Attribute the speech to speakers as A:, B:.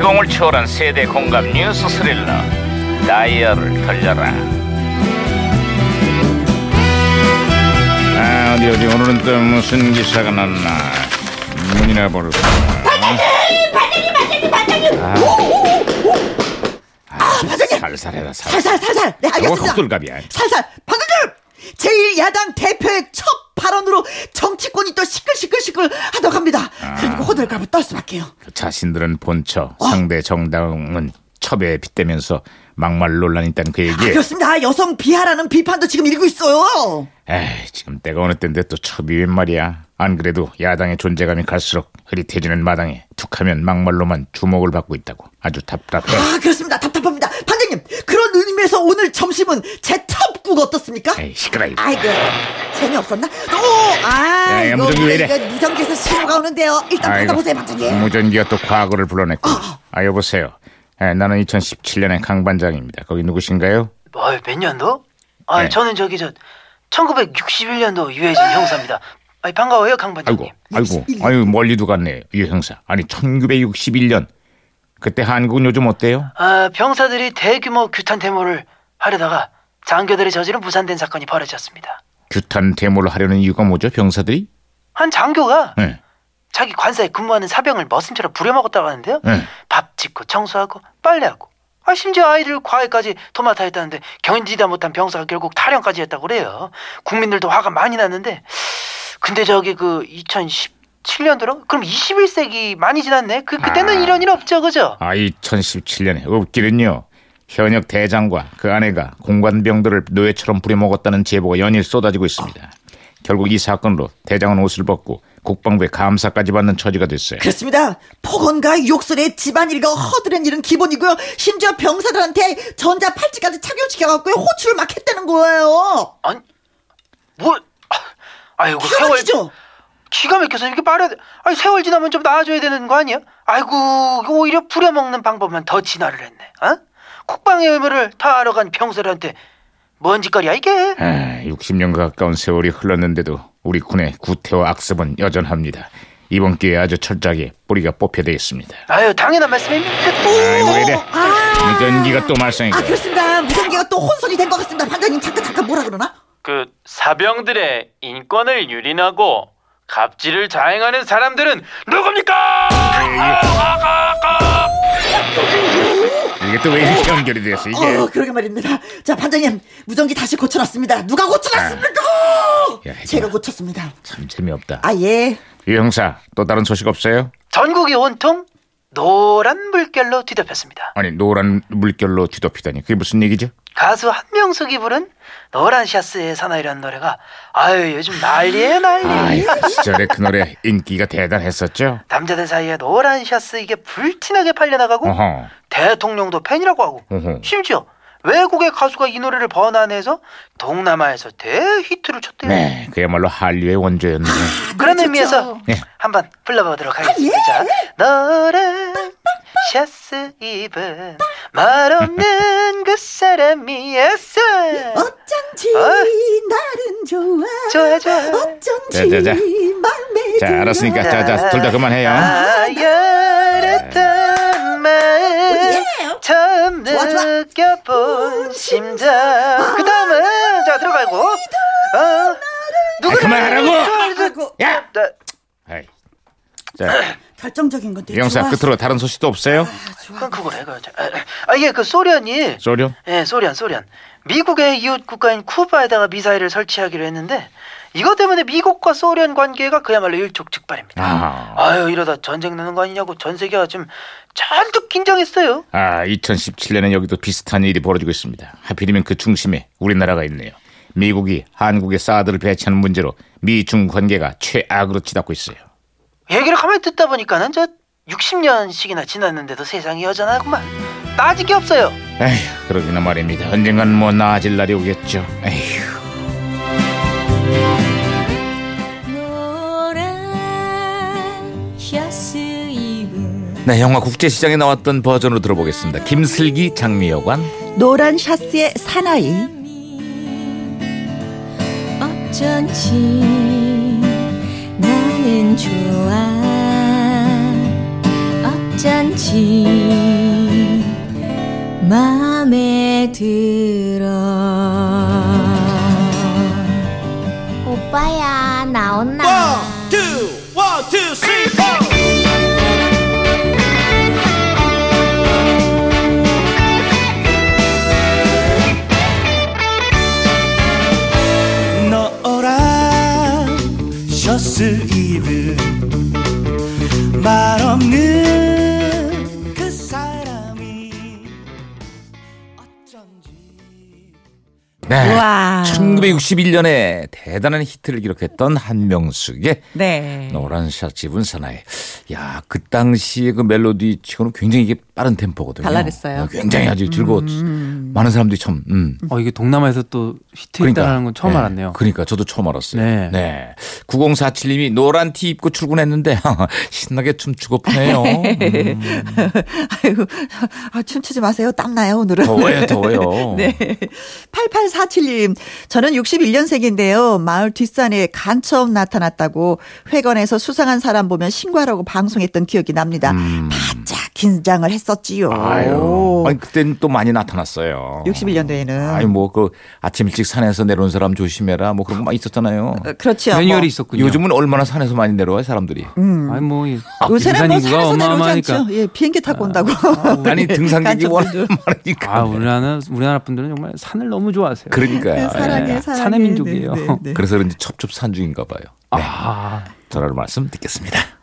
A: 감동을 초월한 세대 공감 뉴스 스릴러 다이얼을 돌려라 아 어디 어디 오늘은 또 무슨 기사가 났나 문이나 아, 볼까
B: 아,
A: 반장님 반장님 반장님 반장님 살살해라 살살
B: 살살 살살 네
A: 저거
B: 알겠습니다
A: 어, 헛둘갑이야
B: 살살 반장님 제1야당 대표의 첫 발언으로 정치권이 또 시끌시끌시끌 하다고 합니다
A: 아.
B: 그리고 호들갑을 떨 수밖에요
A: 그 자신들은 본처 상대 정당은 첩에 빗대면서 막말 논란이 있다는 그 얘기에
B: 아, 그렇습니다 여성 비하라는 비판도 지금 일고 있어요
A: 에이 지금 때가 어느 때인데 또 첩이 웬 말이야 안 그래도 야당의 존재감이 갈수록 흐릿해지는 마당에 툭하면 막말로만 주목을 받고 있다고 아주 답답해
B: 아 그렇습니다 답답합니다 반장님 그런 의미에서 오늘 점심은 제 첩국 어떻습니까?
A: 에이 시끄러 이
B: 아이고 그, 재미없었나? 오! 아
A: 야, 야,
B: 이거
A: 무전기 왜 이래?
B: 이거 무전기에서 신호가 오는데요 일단
A: 아이고,
B: 받아보세요 어, 반장님
A: 무전기가 또 과거를 불러냈고 아 여보세요 에, 나는 2017년의 강 반장입니다 거기 누구신가요?
C: 아, 몇 년도? 아,
A: 네.
C: 저는 저기 저 1961년도 유해진 형사입니다. 아, 반가워요, 강
A: 아이고
C: 반장님.
A: 아이고 아유 멀리도 갔네 유 형사 아니 1961년 그때 한국은 요즘 어때요?
C: 아, 병사들이 대규모 규탄 데모를 하려다가 장교들이 저지른 무산된 사건이 벌어졌습니다.
A: 규탄 데모를 하려는 이유가 뭐죠? 병사들이?
C: 한 장교가
A: 예.
C: 자기 관사에 근무하는 사병을 머슴처럼 부려먹었다고 하는데요.
A: 네.
C: 밥 짓고 청소하고 빨래하고 아 심지어 아이들 과외까지 도맡아 했다는데 견디다 못한 병사가 결국 탈영까지 했다고 그래요. 국민들도 화가 많이 났는데 근데 저기 그 2017년도로 그럼 21세기 많이 지났네. 그 그때는
A: 아.
C: 이런 일 없죠, 그죠?
A: 아, 2017년에 없기는요. 현역 대장과 그 아내가 공관병들을 노예처럼 부려먹었다는 제보가 연일 쏟아지고 있습니다. 결국 이 사건으로 대장은 옷을 벗고 국방부에 감사까지 받는 처지가 됐어요.
B: 그렇습니다. 폭언과 욕설에 집안일과 허드렛 일은 기본이고요. 심지어 병사들한테 전자 팔찌까지 착용시켜갖고요. 호출을 막 했다는 거예요.
C: 아니 뭐 아, 아이고
B: 기가
C: 세월
B: 막히죠?
C: 기가 막혀서 이렇게 빠르 아니 세월 지나면 좀 나아져야 되는 거 아니야? 아이고 이거 오히려 부려먹는 방법만 더 진화를 했네. 어? 국방의 의무를 다하러 간 병사들한테 뭔 짓거리야 이게?
A: 아, 60년 가까운 세월이 흘렀는데도 우리 군의 구태와 악습은 여전합니다. 이번 기회에 아주 철저하게 뿌리가 뽑혀야 있습니다.
C: 아유 당연한 말씀입니다.
A: 아이고 왜 이래.
B: 아.
A: 무전기가 또 말썽이고.
B: 아 그렇습니다. 무전기가 또 혼선이 된 것 같습니다. 반장님 잠깐 잠깐 뭐라 그러나?
D: 그 사병들의 인권을 유린하고 갑질을 자행하는 사람들은 누굽니까?
A: 이게 또 왜 이렇게 연결이 됐어 이게.
B: 어 그러게 말입니다. 자 반장님 무전기 다시 고쳐놨습니다. 누가 고쳐놨습니까?
A: 아. 야, 이거.
B: 제가 고쳤습니다.
A: 참 재미없다.
B: 아 예.
A: 유 형사 또 다른 소식 없어요?
C: 전국이 온통 노란 물결로 뒤덮였습니다.
A: 아니 노란 물결로 뒤덮이다니 그게 무슨 얘기죠?
C: 가수 한명숙이 부른 노란 샤스의 사나이라는 노래가 아유 요즘 난리에 난리.
A: 아 그 시절에 그 노래 인기가 대단했었죠.
C: 남자들 사이에 노란 샤스 이게 불티나게 팔려나가고
A: 어허.
C: 대통령도 팬이라고 하고
A: 어허.
C: 심지어 외국의 가수가 이 노래를 번안해서 동남아에서 대히트를 쳤대요.
A: 네 그야말로 한류의 원조였네.
C: 그런
B: 아, 좋죠. 아, 예,
C: 의미에서
A: 예.
C: 한번 불러보도록 하겠습니다. 자, 너란 샤스 입은 말없는 그 사람이었어.
B: 어쩐지
C: 어?
B: 날은 좋아.
C: 좋아, 좋아.
A: 자,
B: 어쩐지
A: 자, 자.
B: 맘에
A: 자
B: 들어.
A: 알았으니까 자자 둘 다 그만해요.
C: 아, 열었던 마음 처음
B: 예. 좋아, 좋아.
C: 느껴본 심장. 그 다음은 자 들어가고. 어,
A: 아, 그만하라고.
B: 아이고,
A: 야.
C: 자,
A: 아이. 자
B: 결정적인 건데.
A: 유 형사
B: 좋아.
A: 끝으로 다른 소식도 없어요?
C: 그건 그거래. 그거. 자, 아, 아 이게 그 소련이
A: 소련?
C: 예, 소련, 소련. 미국의 이웃 국가인 쿠바에다가 미사일을 설치하기로 했는데 이것 때문에 미국과 소련 관계가 그야말로 일촉즉발입니다.
A: 아.
C: 아유 이러다 전쟁 나는 거 아니냐고 전 세계가 지금 잔뜩 긴장했어요.
A: 아, 2017년에 여기도 비슷한 일이 벌어지고 있습니다. 하필이면 그 중심에 우리나라가 있네요. 미국이 한국의 사드를 배치하는 문제로 미중 관계가 최악으로 치닫고 있어요.
C: 얘기를 가만히 듣다 보니까는 저 60년씩이나 지났는데도 세상이 여전하구만. 따질 게 없어요.
A: 에휴, 그러기나 말입니다. 언젠간 뭐 나아질 날이 오겠죠. 에휴.
E: 노란 샤스 입은
A: 네, 영화 국제시장에 나왔던 버전으로 들어보겠습니다. 김슬기 장미여관.
B: 노란 샤스의 사나이.
E: 어쩐지 나는 좋아 어쩐지 마음에 들어
F: 오빠야 나온나
G: 노란 셔츠 입은 말 없는 그 사람이 어쩐지
A: 네.
B: 와.
A: 1961년에 대단한 히트를 기록했던 한명숙의
B: 네.
A: 노란 셔츠 입은 사나이. 야, 그 당시의 그 멜로디 치고는 굉장히 이게 빠른 템포거든요.
B: 발랄했어요. 음,
A: 어, 굉장히 아주 즐거웠어요. 많은 사람들이 참, 음.
D: 어 이게 동남아에서 또 히트했다는 건 처음
A: 네.
D: 알았네요.
A: 그러니까 저도 처음 알았어요. 네.
D: 네.
A: 9047님이 노란 티 입고 출근했는데 신나게 춤추고 파네요. 음,
B: 아이고, 아, 춤추지 마세요. 땀나요, 오늘은.
A: 더워요, 더워요.
B: 네. 8847님, 저는 61년생인데요. 마을 뒷산에 간첩 나타났다고 회관에서 수상한 사람 보면 신고하라고 방송했던 기억이 납니다. 바짝 긴장을 했었지요.
A: 음. 아유. 아니, 그때는 또 많이 나타났어요.
B: 61년도에는.
A: 아니, 뭐, 그 아침 일찍 산에서 내려온 사람 조심해라. 뭐 그런 거 많이 있었잖아요.
B: 그렇죠.
D: 매뉴얼이
B: 뭐.
D: 있었군요.
A: 요즘은 얼마나 산에서 많이 내려와요, 사람들이.
D: 아니 뭐 이-
B: 요새는
A: 그
D: 등산
B: 뭐
D: 인구가
B: 산에서 내려오지
D: 어마어마하니까.
B: 않죠. 예, 비행기 타고 온다고.
A: 아니, 등산객이 워낙 많으니까.
D: 네. 아 우리나라 네, 우리나라 분들은 정말 산을 너무 좋아하세요.
A: 그러니까요. 예.
B: 사랑해, 네, 사랑해.
D: 산의 민족이에요.
A: 그래서 그런지 첩첩산중인가 봐요. 네.
D: 아
A: 전화로 말씀 듣겠습니다.